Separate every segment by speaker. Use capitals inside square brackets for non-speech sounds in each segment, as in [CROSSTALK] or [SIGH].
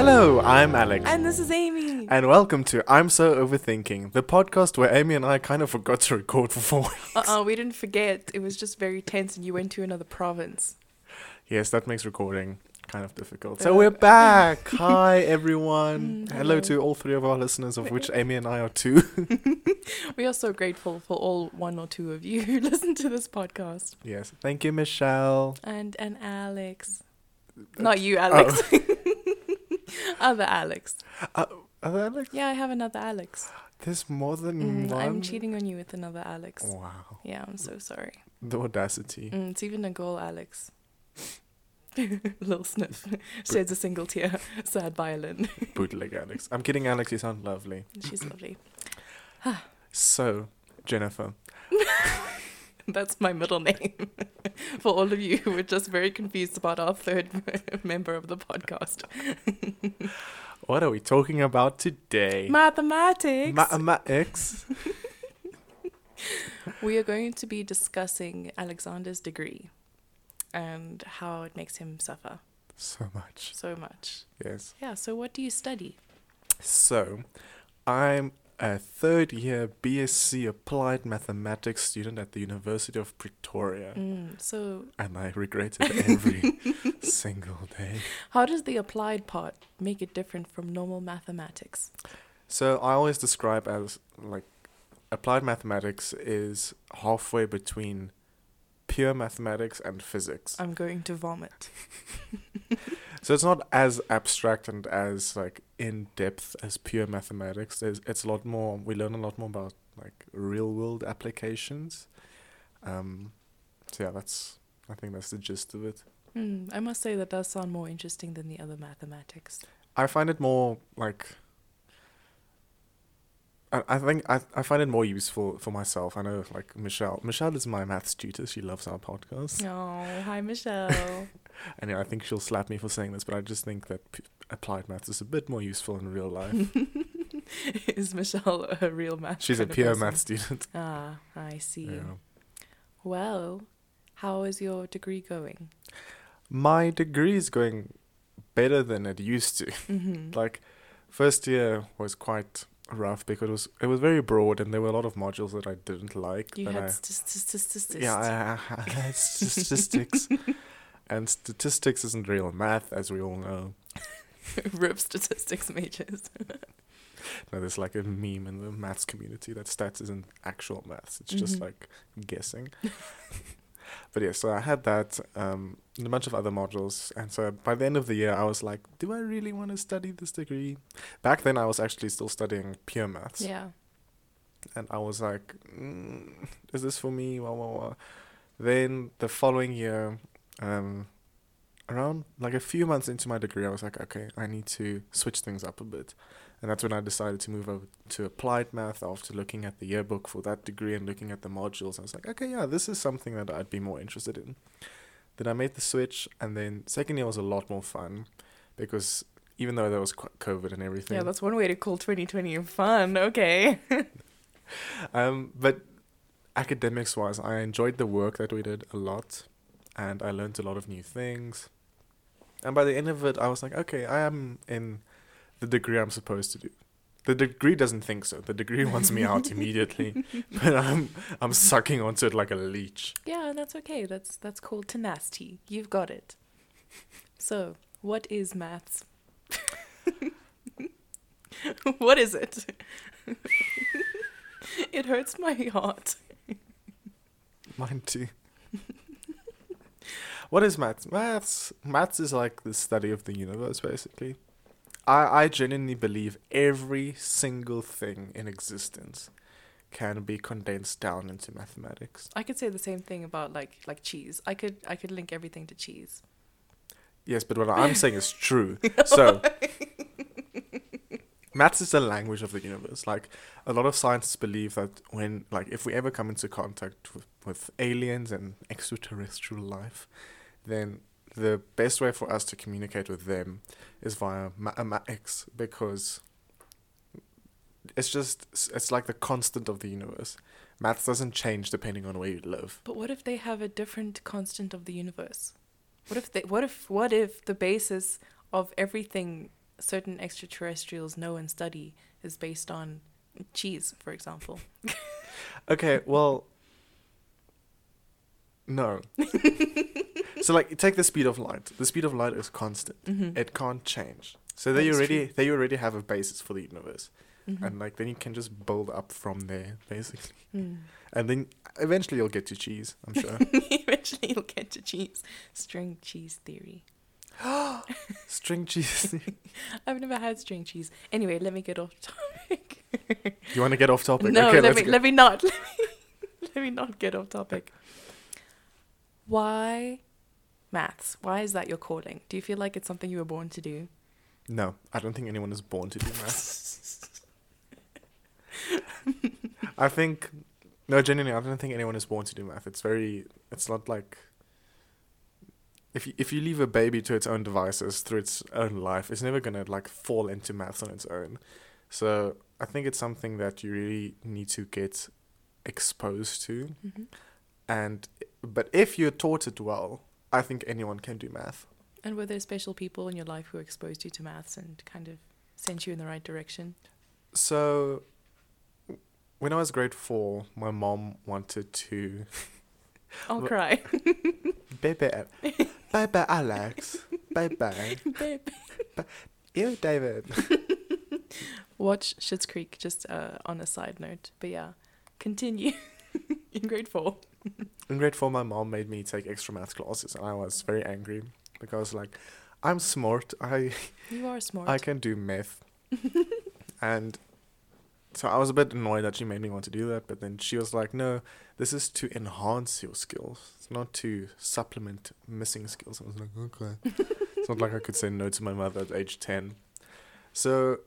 Speaker 1: I'm Alex.
Speaker 2: And this is Amy.
Speaker 1: And welcome to I'm So Overthinking, the podcast where Amy and I kind of forgot to record [LAUGHS] for four weeks.
Speaker 2: Uh uh we didn't forget. It was just very tense, and you went to another province.
Speaker 1: Yes, that makes recording kind of difficult. So we're
Speaker 2: [LAUGHS]
Speaker 1: back. Hi, everyone.
Speaker 2: Uh, Mm,
Speaker 1: Hello
Speaker 2: hello.
Speaker 1: to all three of our listeners, of which Amy and I are two. [LAUGHS]
Speaker 2: We are so grateful for all one or two of you who [LAUGHS] listen to this podcast.
Speaker 1: yes. Thank you, Michelle.
Speaker 2: And and Alex. Not you, Alex. [LAUGHS] other Alex.
Speaker 1: Uh, are there like,
Speaker 2: Oh, Yeah, I have another Alex.
Speaker 1: there's more than
Speaker 2: Mm,
Speaker 1: one?
Speaker 2: I'm cheating on you with another Alex.
Speaker 1: Wow.
Speaker 2: Yeah, I'm so sorry.
Speaker 1: The audacity.
Speaker 2: Mm, it's even a goal, Alex. [LAUGHS] Little sniff. [LAUGHS] Sheds a single tear. [LAUGHS] Sad violin.
Speaker 1: Bootleg Alex. I'm kidding, Alex. You sound lovely.
Speaker 2: She's lovely.
Speaker 1: So, Jennifer.
Speaker 2: [LAUGHS] That's my middle name. [LAUGHS] For all of you who were just very confused about our third [LAUGHS] member of the podcast,
Speaker 1: What are we talking about today?
Speaker 2: mathematics.
Speaker 1: Mathematics.
Speaker 2: we are going to be discussing Alexander's degree and how it makes him suffer
Speaker 1: [LAUGHS] so much.
Speaker 2: so much.
Speaker 1: Yes.
Speaker 2: Yeah, so what do you study?
Speaker 1: So, I'm a third year BSc Applied Mathematics student at the University of Pretoria,
Speaker 2: Mm, so,
Speaker 1: and I regret it every single day.
Speaker 2: how does the applied part make it different from normal mathematics?
Speaker 1: So, I always describe as like applied mathematics is halfway between pure mathematics and physics.
Speaker 2: I'm going to vomit.
Speaker 1: So it's not as abstract and as like in depth as pure mathematics. There's, it's a lot more. We learn a lot more about like real world applications. Um, so yeah, that's I think that's the gist of it.
Speaker 2: Mm, I must say that does sound more interesting than the other mathematics.
Speaker 1: I find it more like. I, I think I I find it more useful for myself. I know like Michelle. Michelle is my maths tutor. She loves our podcast,
Speaker 2: Oh, hi, Michelle.
Speaker 1: and yeah, I think she'll slap me for saying this, but I just think that p- applied maths is a bit more useful in real life.
Speaker 2: [LAUGHS] Is Michelle a real math?
Speaker 1: She's a
Speaker 2: kind of
Speaker 1: pure
Speaker 2: person?
Speaker 1: math student.
Speaker 2: Ah, I see.
Speaker 1: Yeah.
Speaker 2: Well, how is your degree going?
Speaker 1: my degree is going better than it used to.
Speaker 2: hmm
Speaker 1: like first year was quite rough because it was it was very broad and there were a lot of modules that I didn't like.
Speaker 2: you
Speaker 1: that
Speaker 2: had
Speaker 1: I,
Speaker 2: st- st- st- st-
Speaker 1: yeah, I- I, I
Speaker 2: [LAUGHS]
Speaker 1: had statistics. And statistics isn't real math, as we all know.
Speaker 2: [LAUGHS] rip statistics majors.
Speaker 1: No, there's like a meme in the maths community that stats isn't actual maths. It's just
Speaker 2: Mhm.
Speaker 1: like guessing. [LAUGHS] but yeah, so I had that um, and a bunch of other modules, and so by the end of the year, I was like, "Do I really want to study this degree?" Back then, I was actually still studying pure maths,
Speaker 2: yeah.
Speaker 1: and I was like, mm, "Is this for me?" Wah, wah, wah. Then the following year, um, around like a few months into my degree, I was like, "Okay, I need to switch things up a bit," and that's when I decided to move over to applied math after looking at the yearbook for that degree and looking at the modules. I was like, "Okay, yeah, this is something that I'd be more interested in." Then I made the switch, and then second year was a lot more fun because even though there was qu- COVID and everything,
Speaker 2: Yeah, that's one way to call 2020 fun. Okay. [LAUGHS]
Speaker 1: Um, but academics wise, I enjoyed the work that we did a lot, and I learned a lot of new things. And by the end of it, I was like, okay, I am in the degree I'm supposed to do. The degree doesn't think so. The degree [LAUGHS] wants me out immediately, [LAUGHS] but I'm I'm sucking onto it like a leech.
Speaker 2: Yeah, that's okay. That's that's called tenacity. You've got it. So, what is maths? [LAUGHS] what is it? [LAUGHS] it hurts my heart.
Speaker 1: Mine too. [LAUGHS] what is maths? Maths maths is like the study of the universe basically. I, I genuinely believe every single thing in existence can be condensed down into mathematics.
Speaker 2: I could say the same thing about like like cheese. I could I could link everything to cheese.
Speaker 1: Yes, but what I'm saying is true. So maths is the language of the universe. Like a lot of scientists believe that when like if we ever come into contact with, with aliens and extraterrestrial life, then the best way for us to communicate with them is via mathematics because it's just it's like the constant of the universe. Maths doesn't change depending on where you live.
Speaker 2: But what if they have a different constant of the universe? What if they what if what if the basis of everything certain extraterrestrials know and study is based on cheese, for example.
Speaker 1: Okay, well, no. so like, take the speed of light. The speed of light is constant.
Speaker 2: Mhm.
Speaker 1: It can't change. So there
Speaker 2: That
Speaker 1: you
Speaker 2: is
Speaker 1: already there you already have a basis for the universe,
Speaker 2: Mhm.
Speaker 1: and like then you can just build up from there basically,
Speaker 2: Mm.
Speaker 1: and then eventually you'll get to cheese. I'm
Speaker 2: [LAUGHS]
Speaker 1: sure.
Speaker 2: Eventually, you'll get to cheese. String cheese theory.
Speaker 1: String cheese. [LAUGHS]
Speaker 2: I've never had string cheese. Anyway, let me get off topic. [LAUGHS]
Speaker 1: you want to get off topic?
Speaker 2: no,
Speaker 1: okay,
Speaker 2: let
Speaker 1: let's
Speaker 2: me
Speaker 1: go.
Speaker 2: let me not [LAUGHS] let me, let me not get off topic. Why maths? Why is that your calling? Do you feel like it's something you were born to do?
Speaker 1: No, I don't think anyone is born to do math. I think no, genuinely, I don't think anyone is born to do math. It's very, it's not like if you, if you leave a baby to its own devices through its own life, it's never gonna like fall into maths on its own. So I think it's something that you really need to get exposed to,
Speaker 2: Mhm.
Speaker 1: and but if you're taught it well, I think anyone can do math.
Speaker 2: And were there special people in your life who exposed you to maths and kind of sent you in the right direction?
Speaker 1: So, when I was grade four, my mom wanted to. [LAUGHS]
Speaker 2: I'll
Speaker 1: Wha-
Speaker 2: cry. [LAUGHS]
Speaker 1: Baby, bye bye, Alex. bye bye.
Speaker 2: Babe.
Speaker 1: You, David.
Speaker 2: Watch Schitt's Creek, just uh, on a side note. But yeah, continue [LAUGHS] in grade four.
Speaker 1: In grade four, my mom made me take extra math classes, and I was very angry because, like, I'm smart. I
Speaker 2: You are smart.
Speaker 1: I can do math, and so I was a bit annoyed that she made me want to do that. But then she was like, "No, this is to enhance your skills. It's not to supplement missing skills." I was like, "Okay." it's not like I could say no to my mother at age ten. So,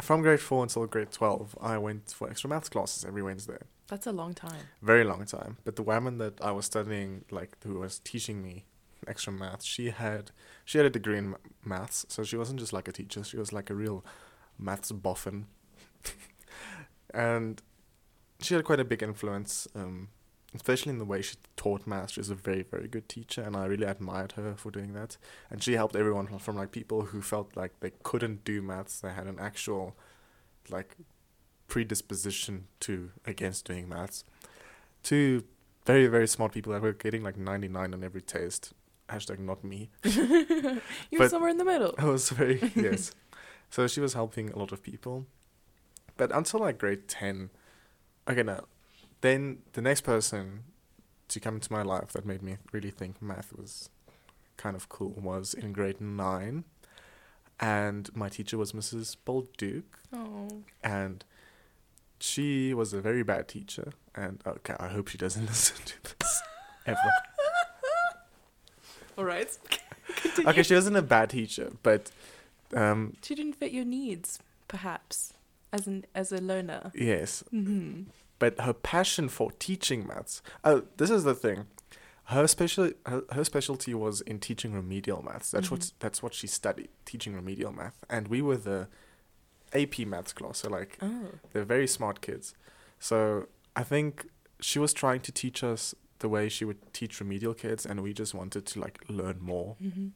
Speaker 1: from grade four until grade twelve, I went for extra math classes every Wednesday.
Speaker 2: That's a long time.
Speaker 1: very long time. But the woman that I was studying, like who was teaching me extra math, she had she had a degree in ma- maths, so she wasn't just like a teacher. She was like a real maths boffin, [LAUGHS] and she had quite a big influence, um, especially in the way she taught maths. She was a very very good teacher, and I really admired her for doing that. And she helped everyone from, from like people who felt like they couldn't do maths. They had an actual like predisposition to against doing maths two very very smart people that were getting like 99 on every test hashtag not me
Speaker 2: You're
Speaker 1: But-
Speaker 2: somewhere in
Speaker 1: [LAUGHS]
Speaker 2: the middle.
Speaker 1: i was very yes so she was helping a lot of people but until like grade 10 okay no then the next person to come into my life that made me really think math was kind of cool was in grade 9 and my teacher was mrs bolduke
Speaker 2: Oh,
Speaker 1: and she was a very bad teacher and okay i hope she doesn't [LAUGHS] listen to this ever
Speaker 2: all right.
Speaker 1: [LAUGHS] okay, she wasn't a bad teacher, but um,
Speaker 2: She didn't fit your needs, perhaps, as an as a learner.
Speaker 1: yes,
Speaker 2: hmm
Speaker 1: but her passion for teaching maths. Oh, this is the thing. Her special her, her specialty was in teaching remedial maths. That's what that's what she studied, teaching remedial math. And we were the AP maths class, so like
Speaker 2: Oh,
Speaker 1: they're very smart kids. So I think she was trying to teach us the way she would teach remedial kids, and we just wanted to like learn more.
Speaker 2: hmm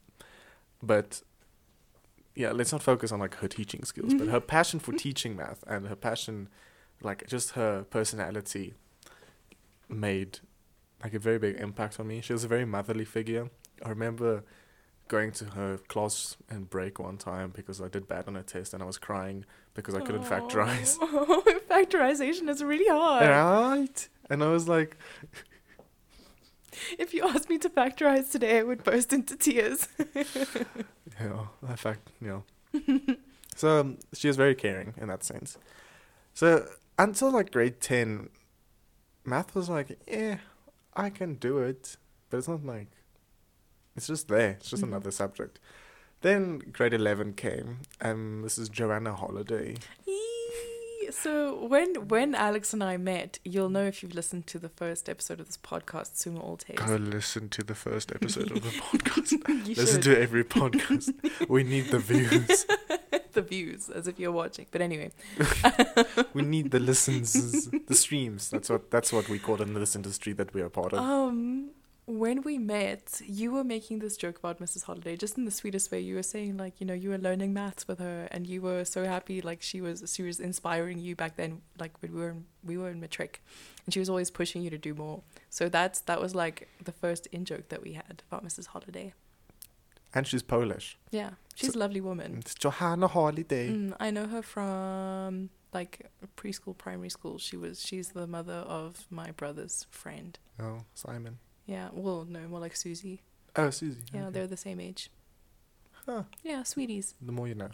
Speaker 1: but yeah let's not focus on like her teaching skills but her passion for teaching math and her passion like just her personality made like a very big impact on me she was a very motherly figure i remember going to her class and break one time because i did bad on a test and i was crying because i couldn't
Speaker 2: [LAUGHS]
Speaker 1: factorize [LAUGHS]
Speaker 2: Oh. Factorization is really hard.
Speaker 1: right and i was like
Speaker 2: If you asked me to factorize today, I would burst
Speaker 1: [LAUGHS]
Speaker 2: into tears.
Speaker 1: Yeah, in fact, yeah. [LAUGHS] so um, she was very caring in that sense. So until like grade ten, math was like, yeah, I can do it, but it's not like, it's just there. It's just
Speaker 2: Mhm.
Speaker 1: another subject. Then grade eleven came, and this is Joanna Holiday.
Speaker 2: Eee. so when when Alex and I met, you'll know if you've listened to the first episode of this podcast, Sumo All Tapes.
Speaker 1: Go listen to the first episode [LAUGHS]
Speaker 2: [LAUGHS]
Speaker 1: of the podcast.
Speaker 2: you
Speaker 1: listen
Speaker 2: should.
Speaker 1: to every [LAUGHS] podcast. we need the views.
Speaker 2: [LAUGHS] the views as if you're watching. But anyway,
Speaker 1: We need the listens, the streams. That's what that's what we call in this industry that we are part of.
Speaker 2: um, when we met, you were making this joke about Mrs. Holiday, just in the sweetest way. You were saying like, you know, you were learning maths with her, and you were so happy, like she was, she was inspiring you back then, like when we were in, we were in matric, and she was always pushing you to do more. So that's that was like the first in joke that we had about Mrs. Holiday.
Speaker 1: And she's Polish.
Speaker 2: Yeah, she's a lovely woman.
Speaker 1: It's Johanna Holiday.
Speaker 2: Mm, I know her from like preschool, primary school. She was she's the mother of my brother's friend.
Speaker 1: Oh, Simon.
Speaker 2: Yeah, well, no, more like Susie.
Speaker 1: Oh, Susie.
Speaker 2: Yeah,
Speaker 1: okay.
Speaker 2: they're the same age.
Speaker 1: Huh.
Speaker 2: Yeah, sweeties.
Speaker 1: The more you
Speaker 2: [LAUGHS]
Speaker 1: know.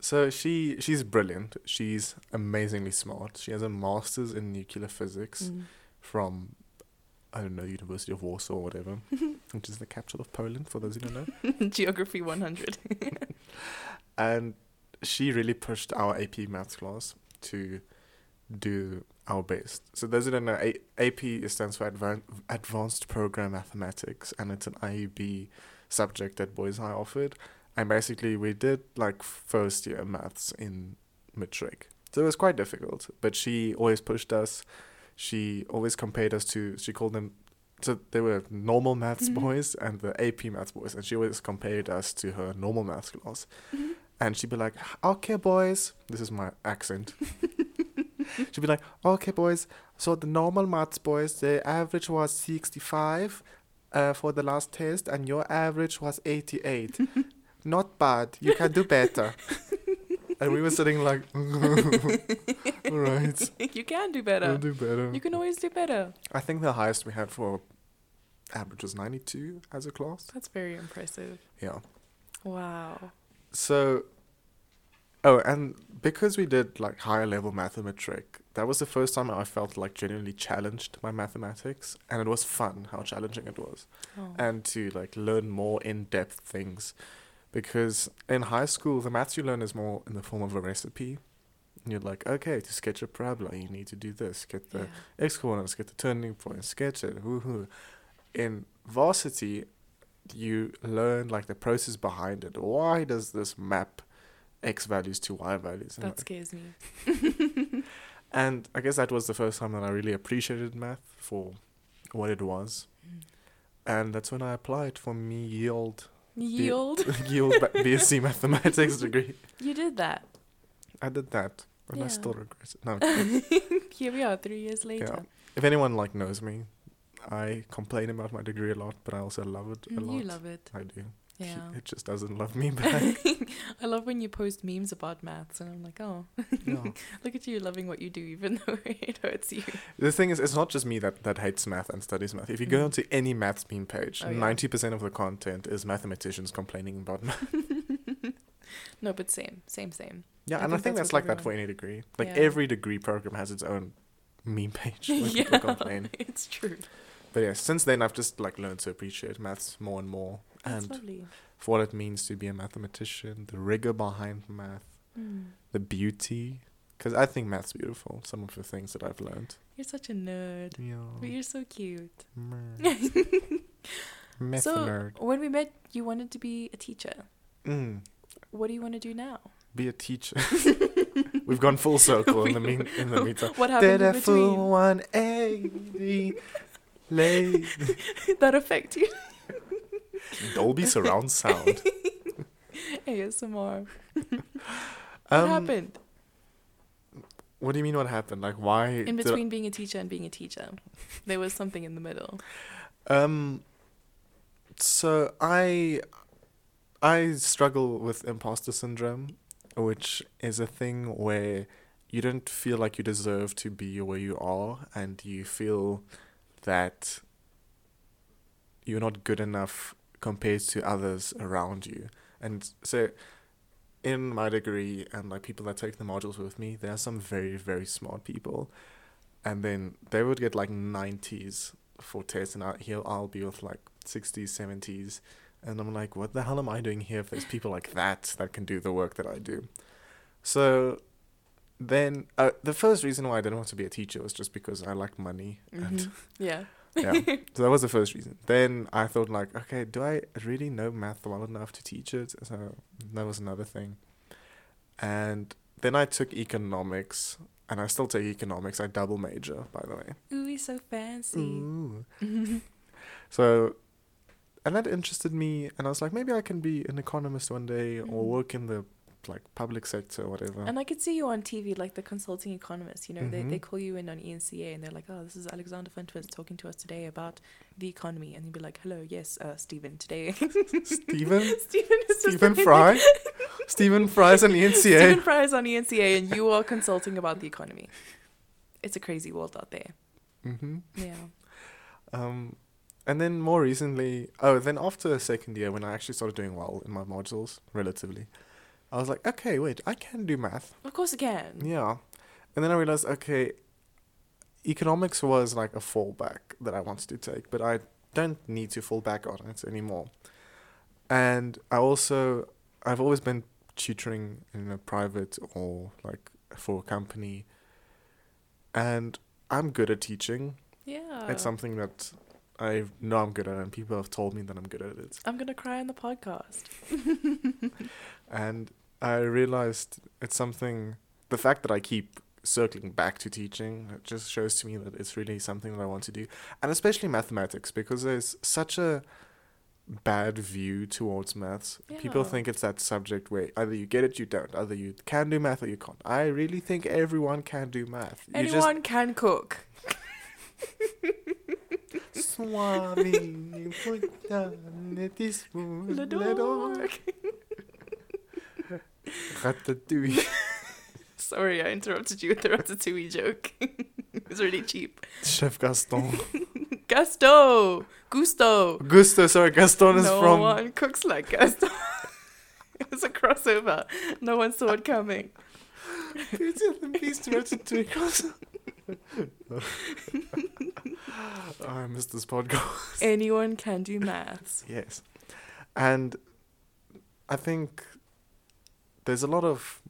Speaker 1: so she she's brilliant. She's amazingly smart. She has a master's in nuclear physics
Speaker 2: Mm. [LAUGHS]
Speaker 1: from I don't know University of Warsaw or
Speaker 2: [LAUGHS]
Speaker 1: whatever, which is the capital of Poland for those who don't know.
Speaker 2: Geography 100.
Speaker 1: And she really pushed our AP maths class to do our best. So those who don't know, A- AP stands for Advan- Advanced Program Mathematics, and it's an IUB subject that Boys High offered. And basically, we did like first year maths in matric, so it was quite difficult. But she always pushed us. She always compared us to. She called them. So they were normal maths
Speaker 2: Mhm.
Speaker 1: boys and the AP maths boys, and she always compared us to her normal maths class.
Speaker 2: Mhm.
Speaker 1: And she'd be like, "Okay, boys," this is my accent. she'd be like, "Okay, boys." So the normal maths boys, the average was sixty-five uh, for the last test, and your average was
Speaker 2: [LAUGHS]
Speaker 1: 88. Not bad. You can do better. [LAUGHS] and we were sitting like, [LAUGHS] all [LAUGHS] right,
Speaker 2: you can do
Speaker 1: we'll
Speaker 2: better.
Speaker 1: do better.
Speaker 2: You can always do better.
Speaker 1: I think the highest we had for average was 92 as a class.
Speaker 2: That's very impressive.
Speaker 1: Yeah.
Speaker 2: Wow.
Speaker 1: So, oh, and because we did like higher level mathematic, that was the first time I felt like genuinely challenged by mathematics, and it was fun how challenging it was.
Speaker 2: Oh.
Speaker 1: and to like learn more in-depth things because in high school the maths you learn is more in the form of a recipe And you're like okay to sketch a parabola you need to do this get the
Speaker 2: yeah.
Speaker 1: x coordinates get the turning point sketch it woohoo in varsity you learn like the process behind it why does this map x values to y values and,
Speaker 2: That scares me.
Speaker 1: and i guess that was the first time that i really appreciated math for what it was
Speaker 2: Mm.
Speaker 1: and that's when i applied for me yield [LAUGHS]
Speaker 2: Yield.
Speaker 1: yield ba-
Speaker 2: [LAUGHS]
Speaker 1: BSc mathematics degree.
Speaker 2: You did that.
Speaker 1: I did that, and I
Speaker 2: Yeah.
Speaker 1: still regret it. No,
Speaker 2: Here we are, three years
Speaker 1: yeah.
Speaker 2: later.
Speaker 1: If anyone like knows me, I complain about my degree a lot, but I also love it a
Speaker 2: Mm,
Speaker 1: lot.
Speaker 2: You love it.
Speaker 1: I do. He-
Speaker 2: Yeah. [LAUGHS]
Speaker 1: It [LAUGHS] just doesn't love me back.
Speaker 2: I love when you post memes about maths, and I'm like, oh, [LAUGHS]
Speaker 1: Yeah.
Speaker 2: look at you loving what you do, even [LAUGHS] though it hurts you.
Speaker 1: The thing is, it's not just me that, that hates math and studies math. If you go
Speaker 2: Mm.
Speaker 1: onto any maths meme page,
Speaker 2: Oh, yeah.
Speaker 1: ninety percent of the content is mathematicians complaining about
Speaker 2: [LAUGHS]
Speaker 1: math.
Speaker 2: No, but same, same, same.
Speaker 1: Yeah,
Speaker 2: I
Speaker 1: and I
Speaker 2: think
Speaker 1: think
Speaker 2: that's
Speaker 1: that's,
Speaker 2: what
Speaker 1: like that for any degree. Like
Speaker 2: Yeah.
Speaker 1: every degree program has its own meme page
Speaker 2: [LAUGHS]
Speaker 1: where people complain.
Speaker 2: it's true.
Speaker 1: But yeah, since then I've just like learned to appreciate maths more and more,
Speaker 2: That's
Speaker 1: and
Speaker 2: lovely.
Speaker 1: for what it means to be a mathematician, the rigor behind math,
Speaker 2: Mm.
Speaker 1: the beauty. Because I think math's beautiful. Some of the things that I've learned.
Speaker 2: You're such a nerd, but
Speaker 1: Yeah.
Speaker 2: you're so cute. [LAUGHS]
Speaker 1: Mm. Math
Speaker 2: so
Speaker 1: nerd.
Speaker 2: when we met, you wanted to be a teacher.
Speaker 1: Mm.
Speaker 2: What do you want to do now?
Speaker 1: Be a
Speaker 2: [LAUGHS]
Speaker 1: teacher. We've gone full circle in the mean in the meantime.
Speaker 2: What happened
Speaker 1: Did
Speaker 2: in
Speaker 1: a
Speaker 2: between?
Speaker 1: full one
Speaker 2: [LAUGHS]
Speaker 1: eighty. Lay
Speaker 2: that affect you?
Speaker 1: [LAUGHS] Dolby
Speaker 2: [LAUGHS]
Speaker 1: surround sound.
Speaker 2: ASMR. what
Speaker 1: Um,
Speaker 2: happened
Speaker 1: what do you mean? What happened? Like why?
Speaker 2: in
Speaker 1: did I-
Speaker 2: between being a teacher and being a teacher? There was something in the middle.
Speaker 1: Um. So I, I struggle with imposter syndrome, which is a thing where you don't feel like you deserve to be where you are, and you feel that you're not good enough compared to others around you. And so, in my degree and like people that take the modules with me, there are some very very smart people, and then they would get like nineties for tests, and I, here I'll be with like 60s, 70s. And I'm like, what the hell am I doing here if there's people like that that can do the work that I do? So then uh, the first reason why I didn't want to be a teacher was just because I like money. And,
Speaker 2: Mhm. Yeah. [LAUGHS]
Speaker 1: yeah. So that was the first reason. Then I thought, like, okay, do I really know math well enough to teach it? So that was another thing. And then I took economics, and I still take economics. I double major, by the way.
Speaker 2: Ooh, he's so fancy.
Speaker 1: Ooh. So, and that interested me, and I was like, maybe I can be an economist one day or
Speaker 2: Mm.
Speaker 1: work in the like public sector or whatever.
Speaker 2: And I could see you on TV, like the consulting economist. You know, they,
Speaker 1: Mhm.
Speaker 2: they call you in on ENCA and they're like, oh, this is Alexander Funtwitz talking to us today about the economy. And you'd be like, hello, yes, uh, Stephen, today. [LAUGHS]
Speaker 1: Stephen,
Speaker 2: Stephen is just
Speaker 1: Stephen
Speaker 2: like- [LAUGHS]
Speaker 1: Fry, Stephen Fry's an E ENCA.
Speaker 2: Stephen Fry is on E ENCA and you are consulting about the economy. It's a crazy world out there.
Speaker 1: hmm
Speaker 2: Yeah.
Speaker 1: Um, and then more recently, oh, then after second year, when I actually started doing well in my modules, relatively, I was like, okay, wait, I can do math.
Speaker 2: Of course, again.
Speaker 1: Yeah. And then I realized, okay, economics was like a fallback that I wanted to take, but I don't need to fall back on it anymore. And I also, I've always been tutoring in a private or like for a company. And I'm good at teaching.
Speaker 2: Yeah.
Speaker 1: It's something that I know I'm good at, and people have told me that I'm good at it.
Speaker 2: I'm going to cry on the podcast.
Speaker 1: And I realized it's something, the fact that I keep circling back to teaching it just shows to me that it's really something that I want to do. And especially mathematics, because there's such a bad view towards maths. People
Speaker 2: Yeah.
Speaker 1: think it's that subject where either you get it, you don't, either you can do math or you can't. I really think everyone can do math.
Speaker 2: Anyone can cook.
Speaker 1: You just Swami, you put down a teaspoon,
Speaker 2: [LAUGHS] Le
Speaker 1: let all-
Speaker 2: dog.
Speaker 1: Ratatouille.
Speaker 2: [LAUGHS] Sorry, I interrupted you with the Ratatouille joke. [LAUGHS] it's really cheap.
Speaker 1: [LAUGHS] Chef Gaston.
Speaker 2: Gusto! Gusto!
Speaker 1: Gusto, sorry, Gaston is
Speaker 2: no
Speaker 1: from. [LAUGHS]
Speaker 2: one cooks like Gusto. [LAUGHS] it was a crossover. No one saw it coming.
Speaker 1: Beauty and the Beast, Ratatouille, Gaston. [LAUGHS] I missed this podcast.
Speaker 2: Anyone can do maths.
Speaker 1: Yes. And I think there's a lot of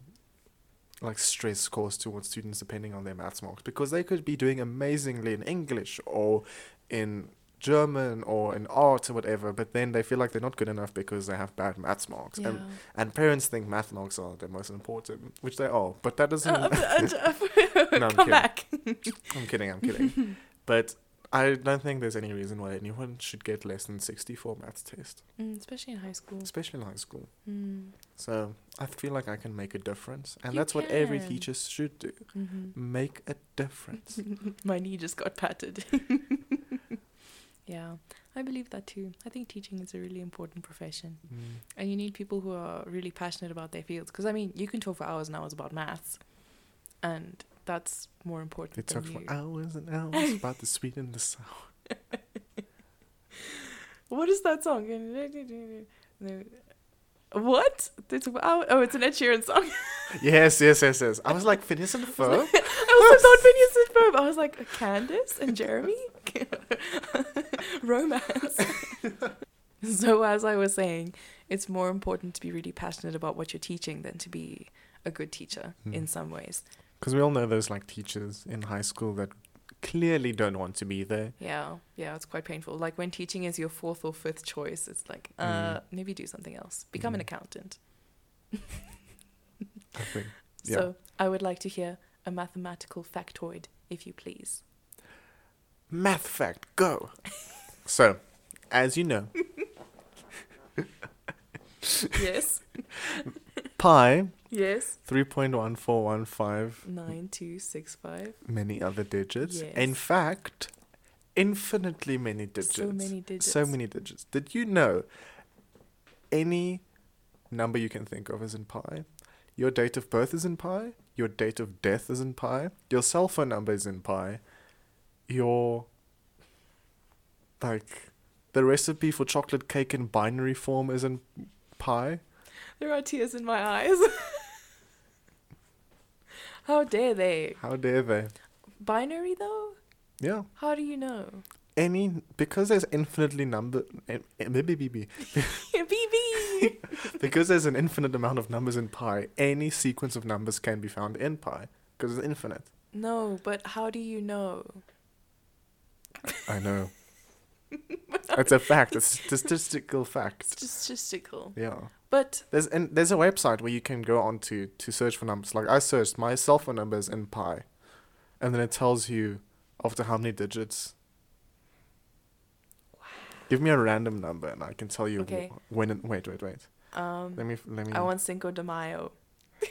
Speaker 1: like stress caused towards students depending on their maths marks because they could be doing amazingly in English or in German or in art or whatever, but then they feel like they're not good enough because they have bad maths marks.
Speaker 2: Yeah.
Speaker 1: And and parents think math marks are the most important, which they are, but that doesn't.
Speaker 2: Uh, uh, uh,
Speaker 1: No, I'm
Speaker 2: come
Speaker 1: kidding.
Speaker 2: back.
Speaker 1: [LAUGHS] I'm kidding, I'm kidding. but I don't think there's any reason why anyone should get less than 64 maths test,
Speaker 2: [LAUGHS] Mm, especially in high school.
Speaker 1: especially in high school.
Speaker 2: Mm.
Speaker 1: So I feel like I can make a difference, and
Speaker 2: You
Speaker 1: that's what every
Speaker 2: can.
Speaker 1: teacher should do
Speaker 2: Mhm.
Speaker 1: make a
Speaker 2: [LAUGHS]
Speaker 1: difference.
Speaker 2: My knee just got patted. [LAUGHS] yeah, I believe that too. I think teaching is a really important profession.
Speaker 1: Mm.
Speaker 2: And you need people who are really passionate about their fields. Because, I mean, you can talk for hours and hours about maths, and that's more important.
Speaker 1: It
Speaker 2: than
Speaker 1: talks for
Speaker 2: you.
Speaker 1: hours
Speaker 2: [LAUGHS]
Speaker 1: and hours about the sweet and the sour.
Speaker 2: What is that song? No. What? They talk for hours- Oh, it's an Ed Sheeran song. [LAUGHS]
Speaker 1: Yes, yes, yes, yes. I was like, Phineas and
Speaker 2: I
Speaker 1: [LAUGHS] Ferb?
Speaker 2: was like- I also thought Phineas and Ferb. I was like, Candace and Jeremy? [LAUGHS] Romance. [LAUGHS] so, as I was saying, it's more important to be really passionate about what you're teaching than to be a good teacher
Speaker 1: Hmm.
Speaker 2: in some ways.
Speaker 1: Because we all know those like teachers in high school that clearly don't want to be there.
Speaker 2: Yeah, yeah, it's quite painful. Like when teaching is your fourth or fifth choice, it's like, uh,
Speaker 1: Mm.
Speaker 2: maybe do something else. Become an
Speaker 1: Mhm.
Speaker 2: accountant.
Speaker 1: I
Speaker 2: [LAUGHS]
Speaker 1: think. Yeah.
Speaker 2: So, I would like to hear a mathematical factoid, if you
Speaker 1: [LAUGHS]
Speaker 2: please.
Speaker 1: Math fact, go. so, as you know,
Speaker 2: yes,
Speaker 1: pi,
Speaker 2: yes.
Speaker 1: 3.1415,
Speaker 2: Nine, two, six, five.
Speaker 1: many other digits. In
Speaker 2: Yes.
Speaker 1: fact, infinitely many digits.
Speaker 2: So many digits.
Speaker 1: So many digits. Did you know any number you can think of is in pi? Your date of birth is in pi. Your date of death is in pi. Your cell phone number is in pi. Your like the recipe for chocolate cake in binary form is in pi.
Speaker 2: There are tears in my eyes. [LAUGHS] How dare they?
Speaker 1: How dare they?
Speaker 2: Binary though?
Speaker 1: Yeah.
Speaker 2: How do you know?
Speaker 1: Any because there's infinitely number eh, em- em- b- b- [LAUGHS] b-
Speaker 2: BB!
Speaker 1: because there's an infinite amount of numbers in pi. Any sequence of numbers can be found in pi because it's infinite.
Speaker 2: no, but how do you know?
Speaker 1: I know. [LAUGHS] it's a fact. It's a statistical
Speaker 2: It's
Speaker 1: fact.
Speaker 2: just statistical.
Speaker 1: Yeah.
Speaker 2: But
Speaker 1: There's and there's a website where you can go onto to search for numbers. Like I searched my cell phone numbers in pi, and then it tells you after how many digits. Give me a random number and I can tell you
Speaker 2: Okay.
Speaker 1: wh- when. and- wait, wait, wait.
Speaker 2: Um,
Speaker 1: Let me. f- Let me.
Speaker 2: I want Cinco de Mayo. [LAUGHS]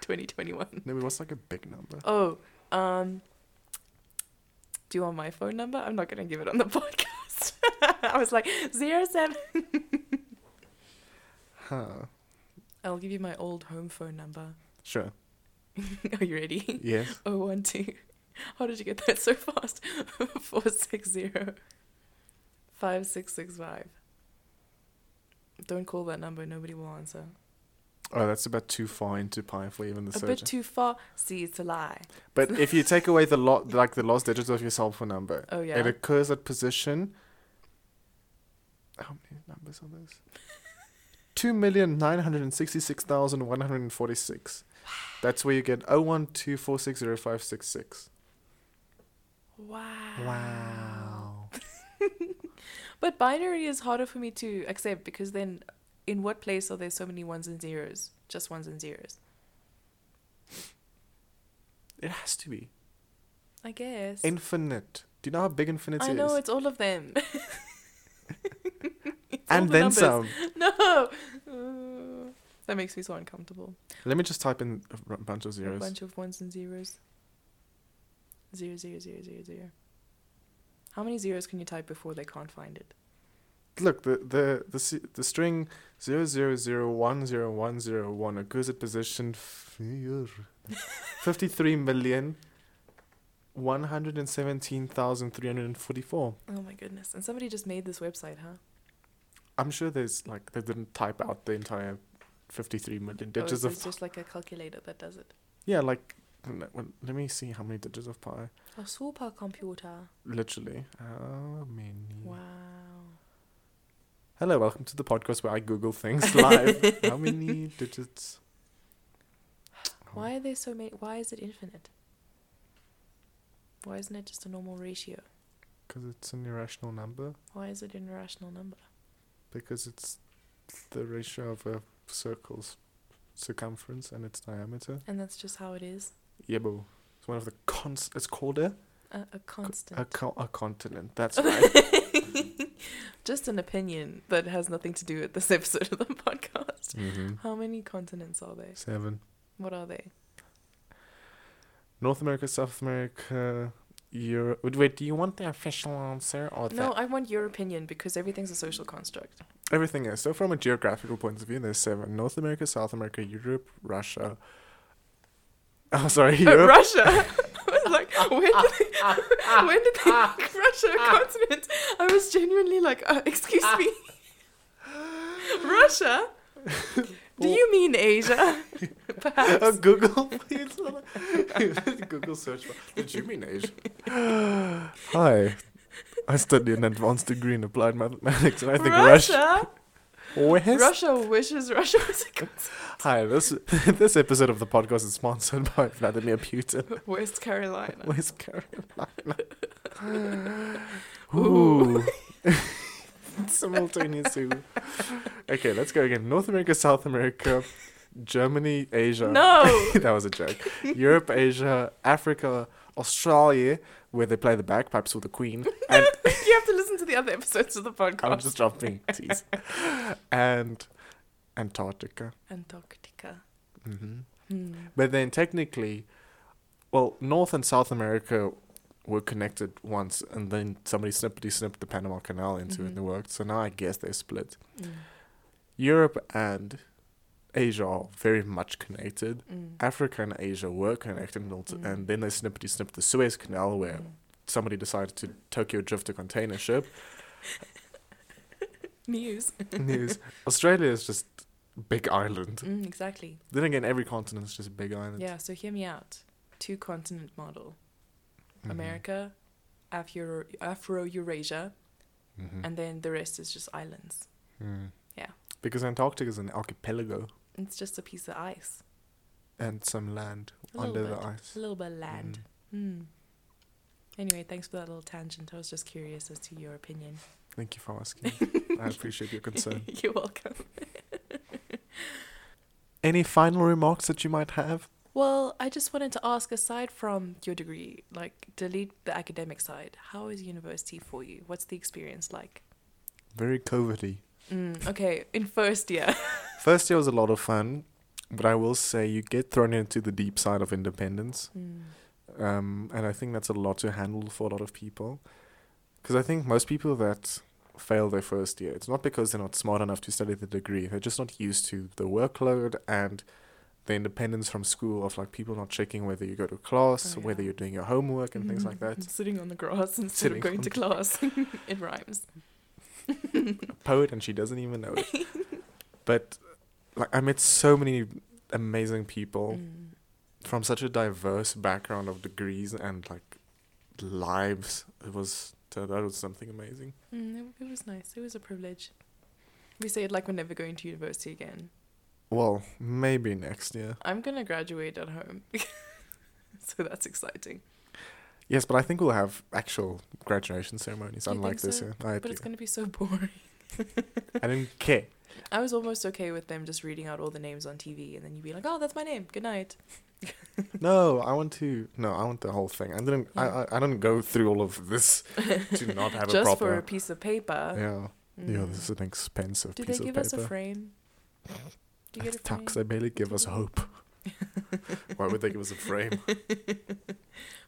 Speaker 2: 2021.
Speaker 1: Maybe what's like a big number?
Speaker 2: Oh, um, do you want my phone number? I'm not gonna give it on the [LAUGHS] podcast. I was like zero seven.
Speaker 1: Huh.
Speaker 2: I'll give you my old home phone number. [LAUGHS]
Speaker 1: Sure.
Speaker 2: Are you ready?
Speaker 1: Yes.
Speaker 2: [LAUGHS] Oh one two. How did you get that so fast? [LAUGHS] Four six zero. Five six six five. Don't call that number. Nobody will answer.
Speaker 1: Oh, that's about too far into pi for even the
Speaker 2: A bit
Speaker 1: surgeon.
Speaker 2: too far. See, it's a lie.
Speaker 1: but if
Speaker 2: [LAUGHS]
Speaker 1: you take away the lot, like the last digits of your cell phone number,
Speaker 2: Oh yeah.
Speaker 1: it occurs at position. How many numbers are
Speaker 2: [LAUGHS]
Speaker 1: those? Two million nine hundred and sixty-six thousand one hundred and forty-six. That's where you get oh one two four six zero five six six.
Speaker 2: Wow. But binary is harder for me to accept because then in what place are there so many ones and zeros? Just ones and zeros.
Speaker 1: It has to be
Speaker 2: I guess.
Speaker 1: infinite. Do you know how big infinity
Speaker 2: I know
Speaker 1: is?
Speaker 2: it's all of them. [LAUGHS] It's all
Speaker 1: and
Speaker 2: the
Speaker 1: then
Speaker 2: numbers.
Speaker 1: some.
Speaker 2: [LAUGHS] No. Uh, that makes me so uncomfortable.
Speaker 1: Let me just type in a r- bunch of
Speaker 2: A
Speaker 1: zeros.
Speaker 2: bunch of ones and zeros. Zero, zero, zero, zero, zero. How many zeros can you type before they can't find it?
Speaker 1: Look, the the the s- the string zero zero zero one zero one zero one occurs at position fifty-three million one hundred and seventeen thousand three hundred and forty-four.
Speaker 2: Oh my goodness. And somebody just made this website, huh?
Speaker 1: I'm sure there's like they didn't type out the entire fifty-three million
Speaker 2: Or
Speaker 1: digits
Speaker 2: is
Speaker 1: of
Speaker 2: it Oh, just like a calculator that does it?
Speaker 1: yeah. Like, l- well, let me see how many digits of pi.
Speaker 2: A supercomputer.
Speaker 1: Literally, how many?
Speaker 2: Wow.
Speaker 1: Hello, welcome to the podcast where I Google things [LAUGHS] live. how
Speaker 2: [LAUGHS]
Speaker 1: many digits?
Speaker 2: Why are there so many? Why is it infinite? Why isn't it just a normal ratio?
Speaker 1: Because it's an irrational number.
Speaker 2: Why is it an irrational number?
Speaker 1: because it's the ratio of a circle's circumference and its diameter.
Speaker 2: And that's just how it is.
Speaker 1: Yeah, boo. It's one of the cons. It's called a
Speaker 2: A, a constant.
Speaker 1: a, co- a continent.
Speaker 2: [LAUGHS]
Speaker 1: That's right.
Speaker 2: just an opinion that has nothing to do with this [LAUGHS] episode of the podcast.
Speaker 1: mm-hmm.
Speaker 2: How many continents are there?
Speaker 1: Seven.
Speaker 2: What are they?
Speaker 1: North America, South America, Europe. Wait, wait, do you want the official answer or
Speaker 2: No,
Speaker 1: that?
Speaker 2: I want your opinion because everything's a social construct. [LAUGHS]
Speaker 1: Everything is. So, from a geographical point of view, there's seven: North America, South America, Europe, Russia. [LAUGHS] Oh,
Speaker 2: [LAUGHS]
Speaker 1: sorry,
Speaker 2: Uh,
Speaker 1: Europe.
Speaker 2: Russia. I was like,
Speaker 1: Ah,
Speaker 2: when did
Speaker 1: [LAUGHS]
Speaker 2: they, when did they make Russia a continent? I was genuinely like, uh, excuse me, Russia. Do you mean
Speaker 1: [LAUGHS]
Speaker 2: Asia? Perhaps.
Speaker 1: Oh, Google, [LAUGHS] please. Google search bar. Did you mean Asia? [GASPS] Hi. I study an advanced degree in applied mathematics, and I think Russia.
Speaker 2: Russia.
Speaker 1: West?
Speaker 2: Russia wishes Russia was a continent.
Speaker 1: Hi. This [LAUGHS] this episode of the podcast is sponsored by Vladimir Putin, [LAUGHS]
Speaker 2: [LAUGHS] West Carolina.
Speaker 1: West Carolina.
Speaker 2: Ooh.
Speaker 1: [LAUGHS] Ooh. Simultaneous. ooh. Okay, let's go again. North America, South America, Germany, Asia. [LAUGHS]
Speaker 2: No.
Speaker 1: that was a joke. Europe, Asia, Africa, Australia, where they play the bagpipes with the Queen, and
Speaker 2: you have to listen to the other episodes of the podcast.
Speaker 1: I'm just dropping teas, and Antarctica.
Speaker 2: Antarctica.
Speaker 1: hmm
Speaker 2: Hmm.
Speaker 1: But then technically, well, North and South America were connected once, and then somebody snippety snipped the Panama Canal into it and it
Speaker 2: Mhm.
Speaker 1: worked. So now I guess they're split.
Speaker 2: Mm.
Speaker 1: Europe and Asia are very much connected.
Speaker 2: Mm.
Speaker 1: Africa and Asia were connected, and, also-
Speaker 2: Mm.
Speaker 1: and then they snippety snipped the Suez Canal, where
Speaker 2: Mm.
Speaker 1: somebody decided to Tokyo drift a container
Speaker 2: [LAUGHS]
Speaker 1: ship. [LAUGHS]
Speaker 2: News.
Speaker 1: News. Australia is just big island.
Speaker 2: Mm, exactly.
Speaker 1: Then again, every continent is just a big island.
Speaker 2: Yeah, so hear me out. Two continent model. Mm-hmm.
Speaker 1: Mhm.
Speaker 2: America, Afro Afro Eurasia,
Speaker 1: Mhm.
Speaker 2: and then the rest is just islands.
Speaker 1: Mm.
Speaker 2: Mm-hmm. Yeah.
Speaker 1: Because Antarctica is an archipelago
Speaker 2: It's just a piece of ice.
Speaker 1: and some land
Speaker 2: A little
Speaker 1: under the
Speaker 2: bit.
Speaker 1: ice. Mm.
Speaker 2: A little bit of land. Hmm. Anyway, thanks for that little tangent. I was just curious as to your opinion.
Speaker 1: Thank you for
Speaker 2: [LAUGHS]
Speaker 1: asking. [LAUGHS] I appreciate your concern.
Speaker 2: You're welcome.
Speaker 1: Any final remarks that you might have?
Speaker 2: Well, I just wanted to ask aside from your degree, like delete the academic side, how is university for you? What's the experience like?
Speaker 1: Very covertly.
Speaker 2: Mm, okay, in first year.
Speaker 1: First year was a lot of fun, but I will say you get thrown into the deep side of independence.
Speaker 2: Mm.
Speaker 1: Um, and I think that's a lot to handle for a lot of people. Because I think most people that fail their first year, it's not because they're not smart enough to study the degree, they're just not used to the workload and the independence from school of like people not checking whether you go to class,
Speaker 2: Oh, yeah.
Speaker 1: whether you're doing your homework and things like
Speaker 2: [LAUGHS]
Speaker 1: that.
Speaker 2: Mm-hmm. Sitting on the grass instead
Speaker 1: Sitting
Speaker 2: of going
Speaker 1: on
Speaker 2: to
Speaker 1: the-
Speaker 2: class. [LAUGHS] it rhymes.
Speaker 1: poet and she doesn't even know
Speaker 2: [LAUGHS]
Speaker 1: it. but like I met so many amazing people
Speaker 2: Mm.
Speaker 1: from such a diverse background of degrees and like lives. It was that that was something amazing.
Speaker 2: Mm, it, it was nice. It was a privilege. We say it like we're never going to university again.
Speaker 1: Well, maybe next year.
Speaker 2: I'm gonna graduate at home, [LAUGHS] so that's exciting.
Speaker 1: Yes, but I think we'll have actual graduation ceremonies,
Speaker 2: You think
Speaker 1: unlike this
Speaker 2: so?
Speaker 1: year. I,
Speaker 2: But it's gonna be so boring. [LAUGHS]
Speaker 1: I didn't care.
Speaker 2: I was almost okay with them just reading out all the names on TV, and then you'd be like, "Oh, that's my name. Good night."
Speaker 1: No, I want to. No, I want the whole thing. I didn't. I,
Speaker 2: Yeah.
Speaker 1: I I don't go through all of this [LAUGHS] to not [LAUGHS] have
Speaker 2: just
Speaker 1: a proper.
Speaker 2: for a piece of paper.
Speaker 1: yeah, yeah.
Speaker 2: Mm.
Speaker 1: This is an expensive
Speaker 2: Do they
Speaker 1: piece
Speaker 2: give
Speaker 1: of
Speaker 2: us
Speaker 1: paper.
Speaker 2: a frame? Do you get a frame?
Speaker 1: Tux, they barely give us
Speaker 2: [LAUGHS]
Speaker 1: hope. Why would they give us a frame?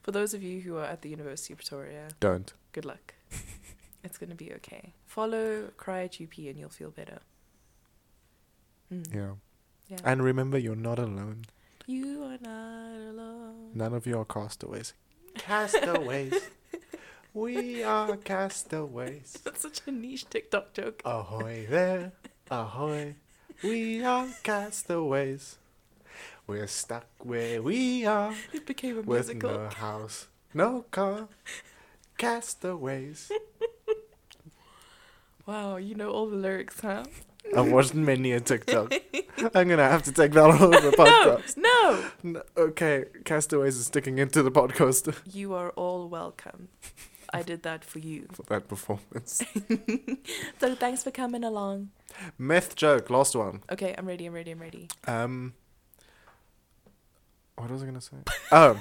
Speaker 2: For those of you who are at the University of Pretoria,
Speaker 1: Don't.
Speaker 2: good
Speaker 1: [LAUGHS]
Speaker 2: luck. it's going to be okay. Follow CryGP and you'll feel better. Mm.
Speaker 1: Yeah.
Speaker 2: Yeah.
Speaker 1: And remember, you're not alone.
Speaker 2: you are not alone.
Speaker 1: None of you are castaways. Castaways.
Speaker 2: [LAUGHS]
Speaker 1: we are castaways.
Speaker 2: That's such a niche TikTok joke.
Speaker 1: Uh, Ahoy there. Ahoy. We are castaways. We're stuck where we are
Speaker 2: It became a
Speaker 1: with
Speaker 2: musical.
Speaker 1: no house, no car. Castaways.
Speaker 2: Wow, you know all the lyrics, huh?
Speaker 1: I've watched many a TikTok. I'm gonna have to take that all over the podcast.
Speaker 2: No!
Speaker 1: [LAUGHS] N- Okay, Castaways is sticking into the podcast [LAUGHS]
Speaker 2: You are all welcome. I did that for you.
Speaker 1: for that performance.
Speaker 2: So thanks for coming along.
Speaker 1: Meth joke, last one.
Speaker 2: Okay, I'm ready, I'm ready, I'm ready.
Speaker 1: Um, what was I gonna say? [LAUGHS] oh,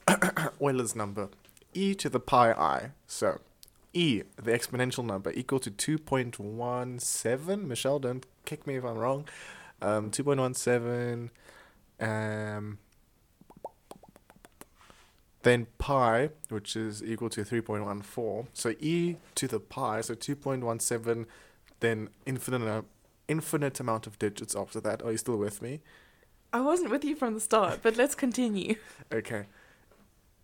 Speaker 1: [COUGHS] Euler's number, e to the pi i. So, e the exponential number equal to two point one seven. Michelle, don't kick me if I'm wrong. Um, two point one seven. Um. Then pi, which is equal to 3.14. So e to the pi, so 2.17, then infinite, uh, infinite amount of digits after that. Are you still with me?
Speaker 2: I wasn't with you from the start, but let's continue.
Speaker 1: Okay.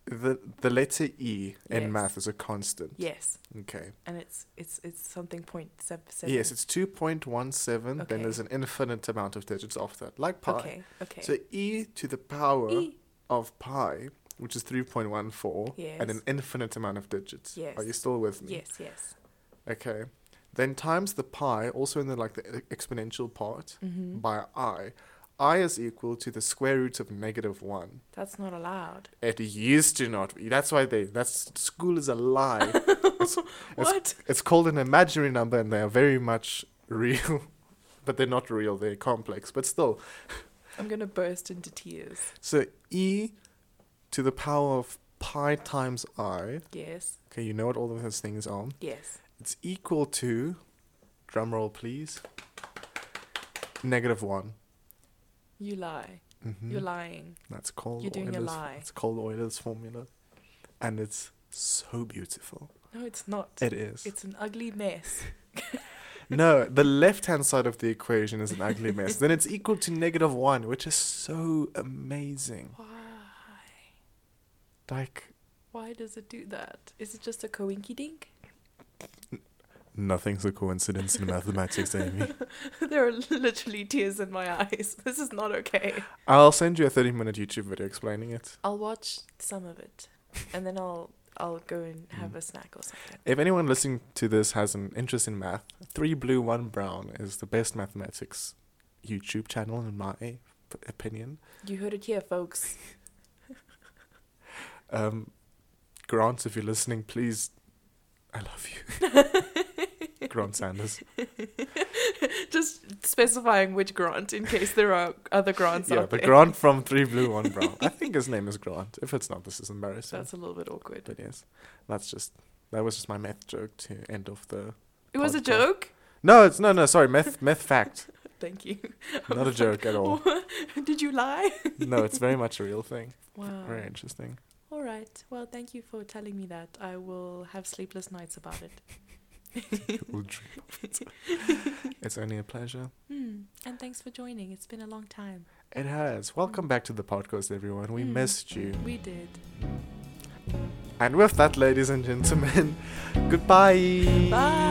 Speaker 1: The the letter E in
Speaker 2: Yes.
Speaker 1: math is a constant.
Speaker 2: Yes.
Speaker 1: Okay.
Speaker 2: and it's it's it's something point seven.
Speaker 1: Yes, it's two point one seven.
Speaker 2: Okay.
Speaker 1: Then there's an infinite amount of digits after that, like pi.
Speaker 2: okay. Okay.
Speaker 1: So E to the power
Speaker 2: E.
Speaker 1: of pi, which is three point one four, and an
Speaker 2: Yes.
Speaker 1: infinite amount of digits. Are you
Speaker 2: Yes.
Speaker 1: still with me?
Speaker 2: Yes, yes.
Speaker 1: Okay. Then times the pi, also in the like the e- exponential part,
Speaker 2: Mhm.
Speaker 1: by i. i is equal to the square root of negative one.
Speaker 2: That's not allowed.
Speaker 1: It used to not be. That's why they. That's school is a
Speaker 2: [LAUGHS]
Speaker 1: lie. it's, [LAUGHS]
Speaker 2: What?
Speaker 1: it's called an imaginary number, and they are very much real, [LAUGHS] but they're not real. They're complex, but still.
Speaker 2: I'm gonna burst into tears.
Speaker 1: So e to the power of pi times i.
Speaker 2: Yes,
Speaker 1: Okay, you know what all of those things are.
Speaker 2: yes.
Speaker 1: It's equal to, drum roll please. Negative one.
Speaker 2: You lie.
Speaker 1: Mm-hmm.
Speaker 2: You're lying.
Speaker 1: That's called.
Speaker 2: You're doing a
Speaker 1: Euler's-
Speaker 2: lie.
Speaker 1: It's called Euler's formula, and it's so beautiful.
Speaker 2: No, it's not.
Speaker 1: It is.
Speaker 2: It's an ugly mess.
Speaker 1: No, the left hand side of the equation is an ugly mess. then it's equal to negative one, which is so amazing.
Speaker 2: Why?
Speaker 1: Like
Speaker 2: Why does it do that? Is it just a coinky dink?
Speaker 1: nothing's a coincidence in mathematics, Amy.
Speaker 2: [LAUGHS] there are literally tears in my eyes. [LAUGHS] This is not okay.
Speaker 1: [LAUGHS] I'll send you a thirty minute YouTube video explaining it.
Speaker 2: I'll watch some of it, and then I'll I'll go and have a snack or something.
Speaker 1: If anyone listening to this has an interest in math, three blue, one brown is the best mathematics YouTube channel in my p- opinion.
Speaker 2: You heard it here, folks.
Speaker 1: Um, Grant, if you're listening, please, I love you. like [LAUGHS] [LAUGHS] Grant Sanders.
Speaker 2: [LAUGHS] Just specifying which Grant in case there are other Grants
Speaker 1: yeah,
Speaker 2: out
Speaker 1: the
Speaker 2: there.
Speaker 1: Grant from Three Blue One Brown. I think his name is Grant. If it's not, this is embarrassing.
Speaker 2: [LAUGHS] That's a little bit awkward.
Speaker 1: but yes, that's just that was just my meth joke to end off the.
Speaker 2: It was a
Speaker 1: podcast.
Speaker 2: joke.
Speaker 1: No, it's no, no. Sorry, meth meth fact,
Speaker 2: Thank you. I
Speaker 1: not a
Speaker 2: was
Speaker 1: joke at all.
Speaker 2: like, [LAUGHS] Did you lie?
Speaker 1: No, it's very much a real thing.
Speaker 2: [LAUGHS] Wow.
Speaker 1: Very interesting.
Speaker 2: All right. Well, thank you for telling me that. I will have sleepless nights about it.
Speaker 1: We'll dream of it. It's only a pleasure.
Speaker 2: Hmm. And thanks for joining. It's been a long time.
Speaker 1: It has. Welcome back to the podcast, everyone. We
Speaker 2: Mm.
Speaker 1: missed you.
Speaker 2: We did.
Speaker 1: And with that, ladies and gentlemen, [LAUGHS] goodbye.
Speaker 2: Bye.